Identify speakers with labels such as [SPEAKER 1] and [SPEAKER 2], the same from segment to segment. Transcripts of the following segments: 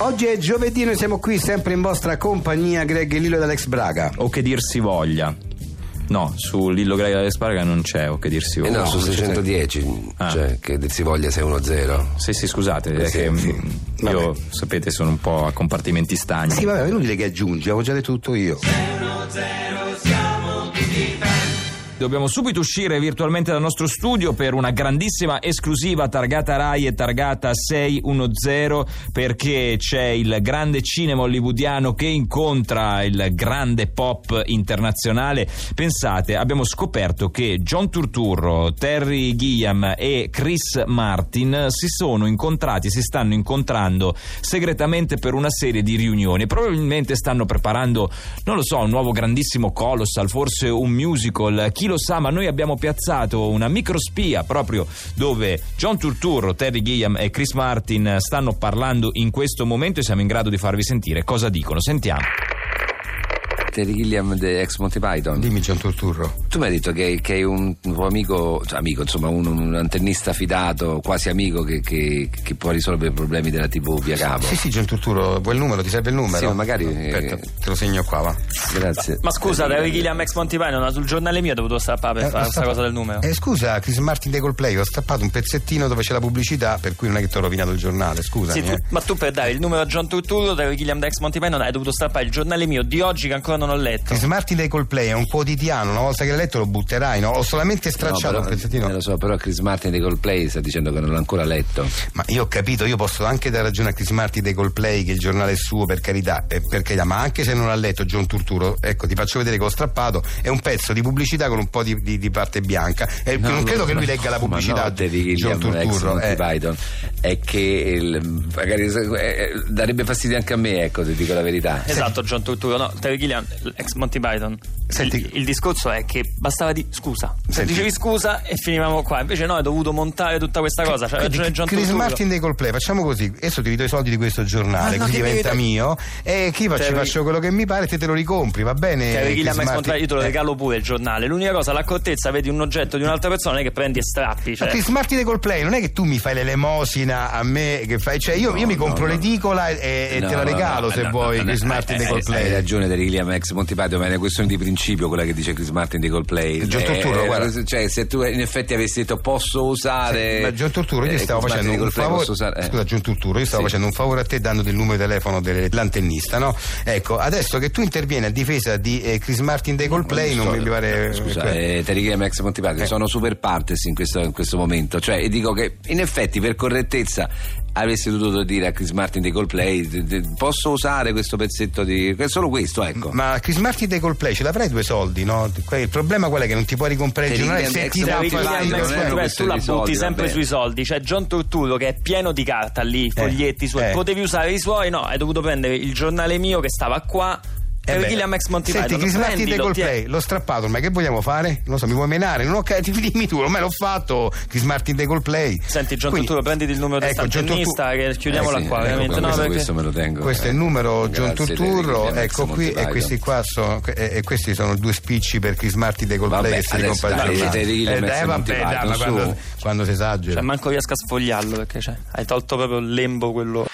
[SPEAKER 1] Oggi è giovedì, noi siamo qui sempre in vostra compagnia, Greg e Lillo ed Alex Braga.
[SPEAKER 2] O che dir si voglia. No, su Lillo Greg delle Sparga non c'è o che dir si
[SPEAKER 3] Eh
[SPEAKER 2] voglia.
[SPEAKER 3] no, su 610,
[SPEAKER 2] Ah.
[SPEAKER 3] cioè che dir si voglia 610.
[SPEAKER 2] Sì, sì, scusate, è
[SPEAKER 3] Eh, Sì,
[SPEAKER 2] che
[SPEAKER 3] sì.
[SPEAKER 2] mm, io sapete sono un po' a compartimenti stagni.
[SPEAKER 1] Sì, vabbè, è inutile che aggiungi, avevo già detto tutto io.
[SPEAKER 2] Eh, Dobbiamo subito uscire virtualmente dal nostro studio per una grandissima esclusiva targata Rai e targata 610 perché c'è il grande cinema hollywoodiano che incontra il grande pop internazionale. Pensate, abbiamo scoperto che John Turturro, Terry Gilliam e Chris Martin si sono incontrati, si stanno incontrando segretamente per una serie di riunioni. Probabilmente stanno preparando non lo so, un nuovo grandissimo colossal, forse un musical, chi lo sa, ma noi abbiamo piazzato una microspia proprio dove John Turturro, Terry Gilliam e Chris Martin stanno parlando in questo momento e siamo in grado di farvi sentire cosa dicono. Sentiamo.
[SPEAKER 3] Terry Gilliam de ex Monty Python.
[SPEAKER 1] Dimmi Gian Turturro.
[SPEAKER 3] Tu mi hai detto che, che è un tuo amico, cioè amico, insomma, un, un antennista fidato, quasi amico, che, che- che può risolvere i problemi della TV via cavo.
[SPEAKER 1] Sì, sì, Gian Turturro, vuoi il numero? Ti serve il numero?
[SPEAKER 3] Ah, boh.
[SPEAKER 1] Eh,
[SPEAKER 3] Sì, ma magari-
[SPEAKER 1] Aspetta, te lo segno qua,
[SPEAKER 4] Eh,
[SPEAKER 1] va.
[SPEAKER 3] Grazie.
[SPEAKER 4] Ma scusa, David Gilliam ex Monty Python, sul giornale mio ho dovuto strappare per
[SPEAKER 1] Eh,
[SPEAKER 4] fare questa
[SPEAKER 1] stappa-
[SPEAKER 4] cosa del numero.
[SPEAKER 1] Eh, scusa, Chris Martin dei Coldplay, ho stappato un pezzettino dove c'è la pubblicità, per cui non è che ti ho rovinato il giornale, eh. scusa.
[SPEAKER 4] Sì, tu- ma tu per dare il numero a John Turturro, David Gilliam ex Monty Python, hai dovuto strappare il giornale mio di oggi che ancora non ho letto.
[SPEAKER 1] Chris Martin dei Coldplay è un quotidiano, una volta che l'hai letto lo butterai, no? Ho solamente
[SPEAKER 3] No,
[SPEAKER 1] stracciato
[SPEAKER 3] però-
[SPEAKER 1] un pezzettino.
[SPEAKER 3] eh, lo so, però Chris Martin dei Coldplay sta dicendo che non l'ha ancora letto.
[SPEAKER 1] Ma io ho capito, io posso anche dare ragione a Chris Martin dei Coldplay che il giornale è suo, per carità, eh, per carità, ma anche se non l'ha letto John Turturo, ecco, ti faccio vedere che ho strappato, è un pezzo di pubblicità con un po' di, di- di parte bianca. E
[SPEAKER 3] No,
[SPEAKER 1] non credo
[SPEAKER 3] no,
[SPEAKER 1] che lui
[SPEAKER 3] no,
[SPEAKER 1] legga la
[SPEAKER 3] ma
[SPEAKER 1] pubblicità
[SPEAKER 3] no, Terry
[SPEAKER 1] di John
[SPEAKER 3] Gilliam, ex
[SPEAKER 1] Turturro.
[SPEAKER 3] Monty
[SPEAKER 1] eh.
[SPEAKER 3] Python è che il- magari eh, darebbe fastidio anche a me, ecco, ti dico la verità.
[SPEAKER 4] Esatto, John Turturro, no, David Gilliam ex Monty Python.
[SPEAKER 1] Senti-
[SPEAKER 4] Il, il discorso è che bastava di scusa. Se
[SPEAKER 1] Senti-
[SPEAKER 4] dicevi scusa e finivamo qua, invece no, hai dovuto montare tutta questa cosa. C'ha
[SPEAKER 1] Quindi
[SPEAKER 4] ragione John
[SPEAKER 1] Chris
[SPEAKER 4] Turturro.
[SPEAKER 1] Martin dei Coldplay, facciamo così, adesso ti ridò i soldi di questo giornale,
[SPEAKER 4] Ma no,
[SPEAKER 1] così
[SPEAKER 4] che mi
[SPEAKER 1] diventa
[SPEAKER 4] dai-
[SPEAKER 1] mio e chi fa- ci
[SPEAKER 4] Terry-
[SPEAKER 1] faccio quello che mi pare te te lo ricompri, va bene?
[SPEAKER 4] Cioè,
[SPEAKER 1] Chris
[SPEAKER 4] Gilliam ex
[SPEAKER 1] Martin?
[SPEAKER 4] Monty Python, io te lo
[SPEAKER 1] Eh.
[SPEAKER 4] regalo pure il giornale. L'unica cosa, l'accortezza, vedi un oggetto di un'altra persona non è che prendi e strappi.
[SPEAKER 1] Ma
[SPEAKER 4] Cioè.
[SPEAKER 3] Certo.
[SPEAKER 1] Chris Martin dei Coldplay non è che tu mi fai l'elemosina a me che fai cioè io, io mi compro l'edicola e, e
[SPEAKER 3] No,
[SPEAKER 1] te la
[SPEAKER 3] no,
[SPEAKER 1] regalo
[SPEAKER 3] no,
[SPEAKER 1] se
[SPEAKER 3] no,
[SPEAKER 1] vuoi
[SPEAKER 3] no,
[SPEAKER 1] Chris
[SPEAKER 3] no,
[SPEAKER 1] Martin
[SPEAKER 3] eh,
[SPEAKER 1] dei
[SPEAKER 3] eh,
[SPEAKER 1] Coldplay
[SPEAKER 3] Hai ragione Terry Gilliam ex Monty Python, ma è una questione di principio quella che dice Chris Martin di Coldplay.
[SPEAKER 1] John
[SPEAKER 3] Eh,
[SPEAKER 1] Turturro,
[SPEAKER 3] eh,
[SPEAKER 1] guarda.
[SPEAKER 3] Cioè, se tu in effetti avessi detto posso usare.
[SPEAKER 1] ma John Turturro io
[SPEAKER 3] eh,
[SPEAKER 1] ti stavo
[SPEAKER 3] Chris
[SPEAKER 1] facendo
[SPEAKER 3] Martin
[SPEAKER 1] un
[SPEAKER 3] di Coldplay,
[SPEAKER 1] favore
[SPEAKER 3] posso usare, eh.
[SPEAKER 1] scusa John Turturro io stavo
[SPEAKER 3] Sì.
[SPEAKER 1] facendo un favore a te dandoti il numero di telefono del- dell'antennista no? ecco adesso che tu intervieni a difesa di eh, Chris Martin dei Coldplay non, mi pare
[SPEAKER 3] Scusa,
[SPEAKER 1] eh,
[SPEAKER 3] eh, Terry Gilliam ex Monty Python, sono super partes in questo, in questo momento. Cioè, e dico che in effetti, per correttezza, avresti dovuto dire a Chris Martin di Coldplay: d- d- posso usare questo pezzetto di. è solo questo, ecco.
[SPEAKER 1] ma Chris Martin dei Coldplay ce l'avrai due soldi no? Que- il problema qual è che non ti puoi ricomprare il
[SPEAKER 3] Te li
[SPEAKER 1] giornale
[SPEAKER 3] vendi
[SPEAKER 1] se
[SPEAKER 3] ex
[SPEAKER 1] ti dà
[SPEAKER 3] David
[SPEAKER 4] David
[SPEAKER 3] Gilliam,
[SPEAKER 1] fastidio
[SPEAKER 3] non
[SPEAKER 4] Gilliam,
[SPEAKER 3] è
[SPEAKER 1] Coldplay.
[SPEAKER 3] una
[SPEAKER 4] cioè, tu
[SPEAKER 3] questione
[SPEAKER 4] la
[SPEAKER 3] di soldi,
[SPEAKER 4] butti
[SPEAKER 3] va
[SPEAKER 4] sempre
[SPEAKER 3] bene.
[SPEAKER 4] sui soldi. Cioè, John Turturro che è pieno di carta lì, foglietti suoi.
[SPEAKER 1] eh.
[SPEAKER 4] Potevi usare i suoi, no, hai dovuto prendere il giornale mio che stava qua.
[SPEAKER 1] Eh
[SPEAKER 4] e
[SPEAKER 1] beh,
[SPEAKER 4] Gilliam ex Monty
[SPEAKER 1] Senti,
[SPEAKER 4] Python.
[SPEAKER 1] Chris Martin dei
[SPEAKER 4] prendilo,
[SPEAKER 1] Coldplay,
[SPEAKER 4] tiè.
[SPEAKER 1] l'ho strappato, ormai che vogliamo fare? Non lo so, mi vuoi menare? Non ho ca- dimmi tu, ormai l'ho fatto, Chris Martin dei Coldplay.
[SPEAKER 4] Senti, John
[SPEAKER 1] Quindi-
[SPEAKER 4] Turturro, prenditi il numero
[SPEAKER 1] ecco,
[SPEAKER 4] del
[SPEAKER 1] John
[SPEAKER 4] tennista
[SPEAKER 1] Turturro-
[SPEAKER 4] che chiudiamola
[SPEAKER 3] Eh sì,
[SPEAKER 4] qua,
[SPEAKER 3] ecco,
[SPEAKER 4] veramente. No,
[SPEAKER 3] questo,
[SPEAKER 4] perché...
[SPEAKER 3] questo me lo tengo.
[SPEAKER 1] Questo è il
[SPEAKER 3] eh.
[SPEAKER 1] numero
[SPEAKER 3] Grazie,
[SPEAKER 1] John
[SPEAKER 3] Terry
[SPEAKER 1] Turturro,
[SPEAKER 3] Gilliam, ex
[SPEAKER 1] ecco qui,
[SPEAKER 3] Monty
[SPEAKER 1] e
[SPEAKER 3] Python.
[SPEAKER 1] questi qua sono, e, e questi sono due spicci per Chris Martin dei Coldplay
[SPEAKER 3] Vabbè,
[SPEAKER 1] che si
[SPEAKER 3] adesso
[SPEAKER 1] ricompagna.
[SPEAKER 3] dai,
[SPEAKER 1] Eh,
[SPEAKER 3] Terry Gilliam,
[SPEAKER 1] eh,
[SPEAKER 3] ex
[SPEAKER 1] vabbè,
[SPEAKER 3] Monty
[SPEAKER 1] dai, ma
[SPEAKER 3] Python,
[SPEAKER 1] quando,
[SPEAKER 3] su.
[SPEAKER 1] quando si esagera.
[SPEAKER 4] Cioè, manco riesco a sfogliarlo perché cioè, hai tolto proprio il lembo quello.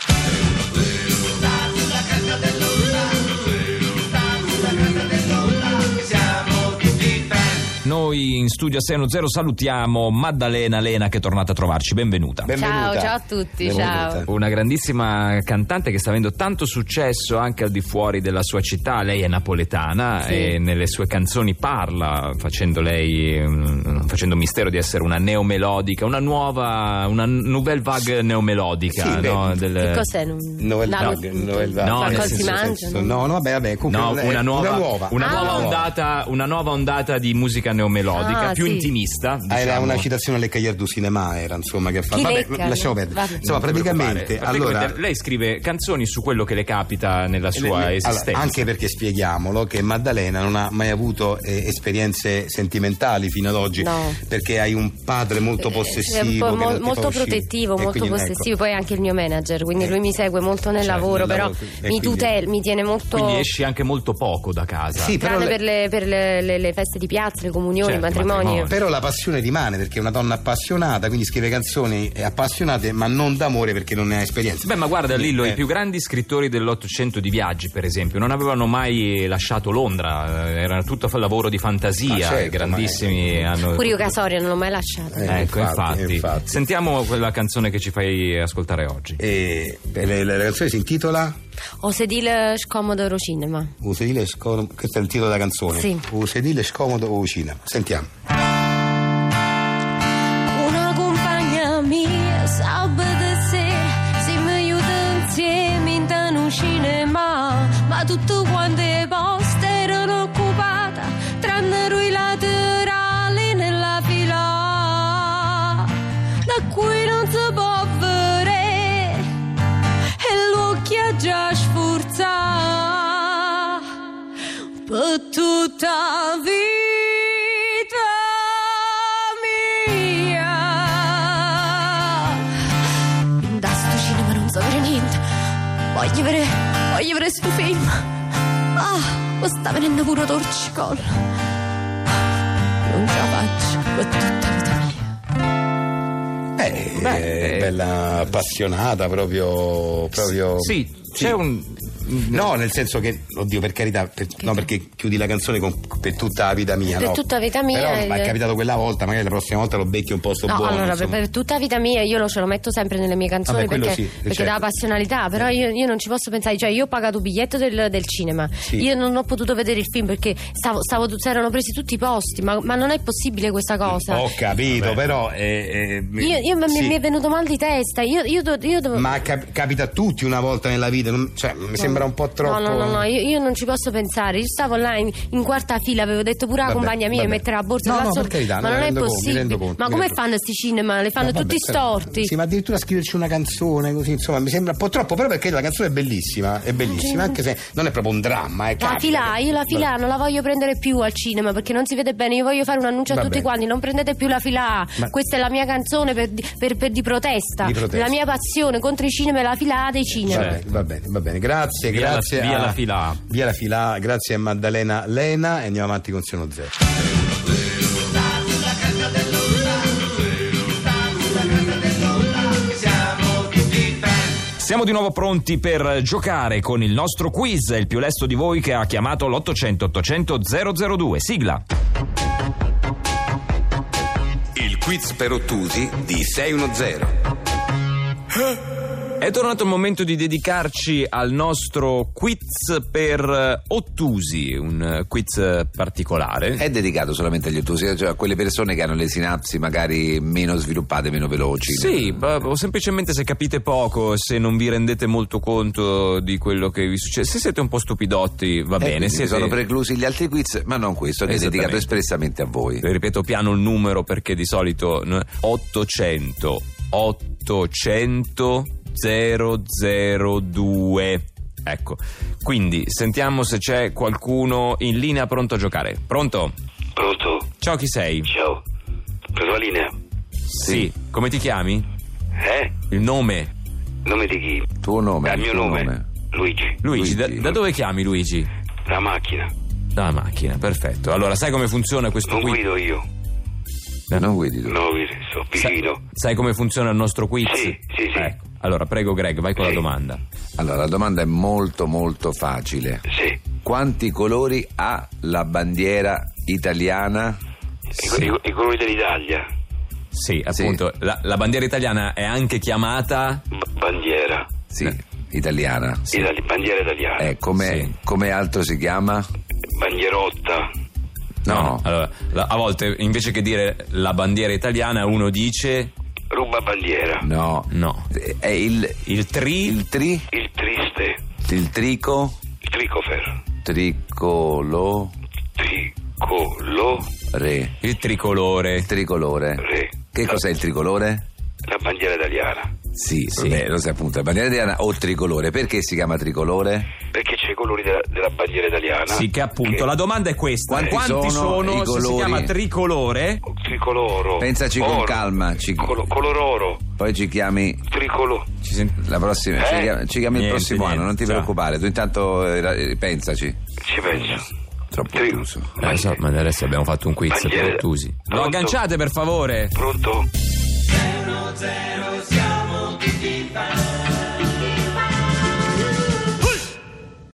[SPEAKER 2] Noi in studio a 610 salutiamo Maddalena Lena che è tornata a trovarci, benvenuta.
[SPEAKER 1] Benvenuta.
[SPEAKER 5] Ciao, ciao a tutti,
[SPEAKER 1] Benvenuta.
[SPEAKER 5] ciao.
[SPEAKER 2] Una grandissima cantante che sta avendo tanto successo anche al di fuori della sua città. Lei è napoletana
[SPEAKER 5] Sì.
[SPEAKER 2] e nelle sue canzoni parla, facendo lei mm, facendo mistero di essere una neomelodica, una nuova, una nouvelle vague neomelodica.
[SPEAKER 1] Sì, beh,
[SPEAKER 2] no?
[SPEAKER 5] Che
[SPEAKER 2] Del-
[SPEAKER 5] cos'è? Non...
[SPEAKER 1] Eh, Novel
[SPEAKER 5] Lavo-
[SPEAKER 1] Vague, Novel Vague.
[SPEAKER 2] No, nel
[SPEAKER 5] Qualcosa si
[SPEAKER 2] senso-
[SPEAKER 5] mangia? no?
[SPEAKER 1] No, no, vabbè, vabbè, comunque
[SPEAKER 2] No,
[SPEAKER 1] non è-
[SPEAKER 2] una nuova,
[SPEAKER 1] una nuova.
[SPEAKER 2] una
[SPEAKER 5] Ah.
[SPEAKER 2] nuova
[SPEAKER 5] Nuova.
[SPEAKER 2] ondata, una nuova ondata di musica neomelodica,
[SPEAKER 5] Ah,
[SPEAKER 2] più
[SPEAKER 5] sì.
[SPEAKER 2] intimista.
[SPEAKER 1] Ah, Era
[SPEAKER 2] diciamo.
[SPEAKER 1] una citazione alle Cagliar du Cinema, era insomma che fa.
[SPEAKER 5] Chi
[SPEAKER 1] Vabbè,
[SPEAKER 5] lecca?
[SPEAKER 1] lasciamo perdere.
[SPEAKER 5] Vabbè.
[SPEAKER 1] Insomma,
[SPEAKER 2] Non ti
[SPEAKER 1] praticamente,
[SPEAKER 2] preoccupare.
[SPEAKER 1] allora,
[SPEAKER 2] Praticamente lei scrive canzoni su quello che le capita nella sua
[SPEAKER 1] Allora,
[SPEAKER 2] esistenza.
[SPEAKER 1] anche perché spieghiamolo che Maddalena non ha mai avuto eh, esperienze sentimentali fino ad oggi
[SPEAKER 5] No.
[SPEAKER 1] perché hai un padre molto
[SPEAKER 5] Eh,
[SPEAKER 1] possessivo
[SPEAKER 5] è un
[SPEAKER 1] che
[SPEAKER 5] po'
[SPEAKER 1] non
[SPEAKER 5] mo-
[SPEAKER 1] ti fa
[SPEAKER 5] molto
[SPEAKER 1] uscire.
[SPEAKER 5] protettivo,
[SPEAKER 1] E
[SPEAKER 5] molto
[SPEAKER 1] quindi, ecco.
[SPEAKER 5] possessivo. Poi è anche il mio manager, quindi
[SPEAKER 1] Eh.
[SPEAKER 5] lui mi segue molto nel
[SPEAKER 1] Cioè,
[SPEAKER 5] lavoro,
[SPEAKER 1] nel
[SPEAKER 5] però
[SPEAKER 1] lavoro, e
[SPEAKER 5] mi
[SPEAKER 1] quindi-
[SPEAKER 5] tutela, mi tiene molto.
[SPEAKER 2] Quindi esci anche molto poco da casa.
[SPEAKER 1] Sì, però le-
[SPEAKER 5] Tranne per, le, per le, le- le feste di piazza, le unioni,
[SPEAKER 3] Certo,
[SPEAKER 5] matrimoni.
[SPEAKER 3] matrimoni.
[SPEAKER 1] Però la passione rimane perché è una donna appassionata, quindi scrive canzoni appassionate, ma non d'amore perché non ne ha esperienza.
[SPEAKER 2] Beh, ma guarda Lillo,
[SPEAKER 1] Eh.
[SPEAKER 2] i più grandi scrittori dell'Ottocento di viaggi, per esempio, non avevano mai eh, lasciato Londra, eh, era tutto fa- lavoro di fantasia,
[SPEAKER 1] Ah, certo,
[SPEAKER 2] i grandissimi hanno...
[SPEAKER 5] Pure io Casoria non l'ho mai lasciato.
[SPEAKER 1] Eh,
[SPEAKER 2] Ecco, infatti,
[SPEAKER 1] infatti, infatti.
[SPEAKER 2] Sentiamo quella canzone che ci fai ascoltare oggi.
[SPEAKER 1] E e la, la canzone si intitola
[SPEAKER 5] O sedile scomodo ro cinema.
[SPEAKER 1] Usedile scomodo. Questo è il titolo della canzone.
[SPEAKER 5] Sì.
[SPEAKER 1] Usedile scomodo o cinema. Sentiamo.
[SPEAKER 5] Una compagna mia sabato sera si mi aiuta insieme in un cinema ma tutte quante poste erano occupate tranne lui laterali nella fila da cui non si può vedere e l'occhio già sforza per tutta vita mia da sto cinema non so vedere niente voglio vedere voglio vedere sto film ah ma sta venendo pure torcicol non ce la faccio per tutta vita mia Eh,
[SPEAKER 1] Beh,
[SPEAKER 2] Beh,
[SPEAKER 1] è Eh, bella appassionata proprio. proprio-
[SPEAKER 2] Sì, c'è un...
[SPEAKER 1] No, nel senso che, oddio, per carità, per- no, perché chiudi la canzone con- per tutta la vita mia.
[SPEAKER 5] Per
[SPEAKER 1] no.
[SPEAKER 5] tutta la vita mia,
[SPEAKER 1] Però, ma è
[SPEAKER 5] il-
[SPEAKER 1] capitato quella volta, magari la prossima volta lo becchi un posto
[SPEAKER 5] No,
[SPEAKER 1] buono.
[SPEAKER 5] allora, per,
[SPEAKER 1] insomma.
[SPEAKER 5] per tutta vita mia io lo, ce lo metto sempre nelle mie canzoni
[SPEAKER 1] Vabbè, quello
[SPEAKER 5] perché,
[SPEAKER 1] sì,
[SPEAKER 5] perché
[SPEAKER 1] certo.
[SPEAKER 5] dà passionalità, però io, io non ci posso pensare, cioè io ho pagato il biglietto del, del cinema,
[SPEAKER 1] Sì.
[SPEAKER 5] io non ho potuto vedere il film perché stavo, stavo, si erano presi tutti i posti, ma, ma non è possibile questa cosa.
[SPEAKER 1] Ho capito,
[SPEAKER 2] Oh,
[SPEAKER 1] però. eh, eh,
[SPEAKER 5] Io, io- mi-
[SPEAKER 1] Oh, sì.
[SPEAKER 5] mi è venuto mal di testa, io, io, do- io devo...
[SPEAKER 1] Ma cap- capita a tutti una volta nella vita, non- cioè, mi sembra un po' troppo.
[SPEAKER 5] No, no, no, no, io, io non ci posso pensare. Io stavo là in, in quarta fila, avevo detto pure alla
[SPEAKER 1] Vabbè,
[SPEAKER 5] compagna mia di
[SPEAKER 1] vabbè.
[SPEAKER 5] mettere la borsa
[SPEAKER 1] No,
[SPEAKER 5] là
[SPEAKER 1] no,
[SPEAKER 5] sotto.
[SPEAKER 1] per carità,
[SPEAKER 5] ma
[SPEAKER 1] no,
[SPEAKER 5] non
[SPEAKER 1] mi
[SPEAKER 5] è
[SPEAKER 1] rendo conto, mi
[SPEAKER 5] possibile.
[SPEAKER 1] rendo conto,
[SPEAKER 5] ma
[SPEAKER 1] mi
[SPEAKER 5] come
[SPEAKER 1] rendo
[SPEAKER 5] fanno questi cinema? Le fanno
[SPEAKER 1] No, vabbè,
[SPEAKER 5] tutti
[SPEAKER 1] però-
[SPEAKER 5] storti.
[SPEAKER 1] Sì, ma addirittura scriverci una canzone così, insomma, mi sembra un po' troppo, però perché la canzone è bellissima, è bellissima, anche se non è proprio un dramma, è
[SPEAKER 5] La
[SPEAKER 1] capita
[SPEAKER 5] filà,
[SPEAKER 1] che-
[SPEAKER 5] io la filà
[SPEAKER 1] Vabbè.
[SPEAKER 5] non la voglio prendere più al cinema perché non si vede bene. Io voglio fare un annuncio a
[SPEAKER 1] Va
[SPEAKER 5] tutti
[SPEAKER 1] bene.
[SPEAKER 5] quanti: non prendete più la filà.
[SPEAKER 1] Ma-
[SPEAKER 5] Questa è la mia canzone per, di- per- per di, protesta.
[SPEAKER 1] Di protesta.
[SPEAKER 5] La mia passione contro i cinema è la filà dei
[SPEAKER 1] Va
[SPEAKER 5] cinema.
[SPEAKER 1] bene, va bene, va bene. Grazie,
[SPEAKER 2] Via la-
[SPEAKER 1] grazie.
[SPEAKER 2] via
[SPEAKER 1] a-
[SPEAKER 2] la filà.
[SPEAKER 1] Via la filà, grazie a Maddalena Lena e andiamo avanti con Siano Zero.
[SPEAKER 2] Siamo di nuovo pronti per giocare con il nostro quiz, il più lesto di voi che ha chiamato l'800-800-002. Sigla.
[SPEAKER 6] Il quiz per ottusi di 610.
[SPEAKER 2] È tornato il momento di dedicarci al nostro quiz per eh, ottusi, un eh, quiz eh, particolare.
[SPEAKER 3] È dedicato solamente agli ottusi, cioè a quelle persone che hanno le sinapsi magari meno sviluppate, meno veloci. Eh,
[SPEAKER 2] Sì, ma- o semplicemente se capite poco, se non vi rendete molto conto di quello che vi succede, se siete un po' stupidotti, va
[SPEAKER 3] Eh,
[SPEAKER 2] bene.
[SPEAKER 3] quindi
[SPEAKER 2] Se
[SPEAKER 3] sono preclusi gli altri quiz, ma non questo, che è dedicato
[SPEAKER 2] Esattamente.
[SPEAKER 3] espressamente a voi.
[SPEAKER 2] ripeto piano il numero perché di solito n- 800 800 002. Ecco, quindi sentiamo se c'è qualcuno in linea pronto a giocare. Pronto?
[SPEAKER 7] Pronto?
[SPEAKER 2] Ciao, chi sei?
[SPEAKER 7] Ciao. Prendo la linea.
[SPEAKER 2] Sì. Come ti chiami?
[SPEAKER 7] Eh?
[SPEAKER 2] Il nome?
[SPEAKER 7] Nome di chi?
[SPEAKER 3] Tuo nome.
[SPEAKER 7] Dal mio
[SPEAKER 3] tuo
[SPEAKER 7] nome. Luigi.
[SPEAKER 2] Luigi,
[SPEAKER 3] Luigi.
[SPEAKER 2] Da, da dove chiami Luigi?
[SPEAKER 7] La macchina.
[SPEAKER 2] Dalla macchina, perfetto. Allora, sai come funziona questo
[SPEAKER 7] Non
[SPEAKER 2] quiz?
[SPEAKER 7] guido io.
[SPEAKER 3] Eh, Non guidi tu.
[SPEAKER 7] No, guido, sto
[SPEAKER 2] Sa-
[SPEAKER 7] vicino.
[SPEAKER 2] sai come funziona il nostro quiz?
[SPEAKER 7] Sì, sì, sì.
[SPEAKER 2] Ecco. Allora, prego Greg, vai con la
[SPEAKER 7] Sì.
[SPEAKER 2] domanda.
[SPEAKER 3] Allora, la domanda è molto molto facile.
[SPEAKER 7] Sì.
[SPEAKER 3] Quanti colori ha la bandiera italiana?
[SPEAKER 7] I, i- i colori dell'Italia.
[SPEAKER 2] Sì,
[SPEAKER 3] Sì.
[SPEAKER 2] appunto, La, la bandiera italiana è anche chiamata...
[SPEAKER 7] B- bandiera.
[SPEAKER 3] Sì, italiana.
[SPEAKER 7] Itali- bandiera italiana.
[SPEAKER 3] Eh, come,
[SPEAKER 2] Eh. Sì.
[SPEAKER 3] come altro si chiama?
[SPEAKER 7] Bandierotta.
[SPEAKER 3] No.
[SPEAKER 2] Allora, la- a volte invece che dire la bandiera italiana uno dice
[SPEAKER 7] Ruba bandiera.
[SPEAKER 3] No.
[SPEAKER 2] No.
[SPEAKER 3] È il,
[SPEAKER 2] il tri...
[SPEAKER 3] il tri?
[SPEAKER 7] Il triste.
[SPEAKER 3] Il trico?
[SPEAKER 7] Il tricofer.
[SPEAKER 3] Tricolore.
[SPEAKER 7] Tricolore.
[SPEAKER 2] il tricolore.
[SPEAKER 3] Tricolore. Che cos'è il tricolore?
[SPEAKER 7] La bandiera italiana.
[SPEAKER 3] Sì,
[SPEAKER 2] Sì.
[SPEAKER 3] vabbè, lo sai appunto, la bandiera italiana o tricolore. Perché si chiama tricolore?
[SPEAKER 7] Perché c'è i colori della, della bandiera italiana.
[SPEAKER 2] Sì, che appunto la domanda è questa:
[SPEAKER 3] Quanti
[SPEAKER 2] quanti
[SPEAKER 3] sono
[SPEAKER 2] sono,
[SPEAKER 3] i
[SPEAKER 2] se si
[SPEAKER 3] colori?
[SPEAKER 2] chiama tricolore?
[SPEAKER 7] Tricoloro.
[SPEAKER 3] Pensaci con
[SPEAKER 7] oro,
[SPEAKER 3] calma, ci-
[SPEAKER 7] colo- color oro.
[SPEAKER 3] Poi ci chiami
[SPEAKER 7] Tricolore.
[SPEAKER 2] Ci sent-
[SPEAKER 3] la prossima,
[SPEAKER 7] Eh?
[SPEAKER 3] ci chiami, ci chiami
[SPEAKER 2] Niente,
[SPEAKER 3] il prossimo
[SPEAKER 2] niente,
[SPEAKER 3] anno, non ti
[SPEAKER 2] già.
[SPEAKER 3] preoccupare, tu intanto eh, ra- eh, pensaci.
[SPEAKER 7] Ci penso.
[SPEAKER 2] Troppo
[SPEAKER 7] Sì.
[SPEAKER 2] ottuso.
[SPEAKER 7] Ma-
[SPEAKER 2] Eh, so, ma adesso abbiamo fatto un quiz
[SPEAKER 7] Ma chi è?
[SPEAKER 2] per ottusi.
[SPEAKER 8] Lo
[SPEAKER 7] Pronto?
[SPEAKER 8] agganciate per favore.
[SPEAKER 7] Pronto?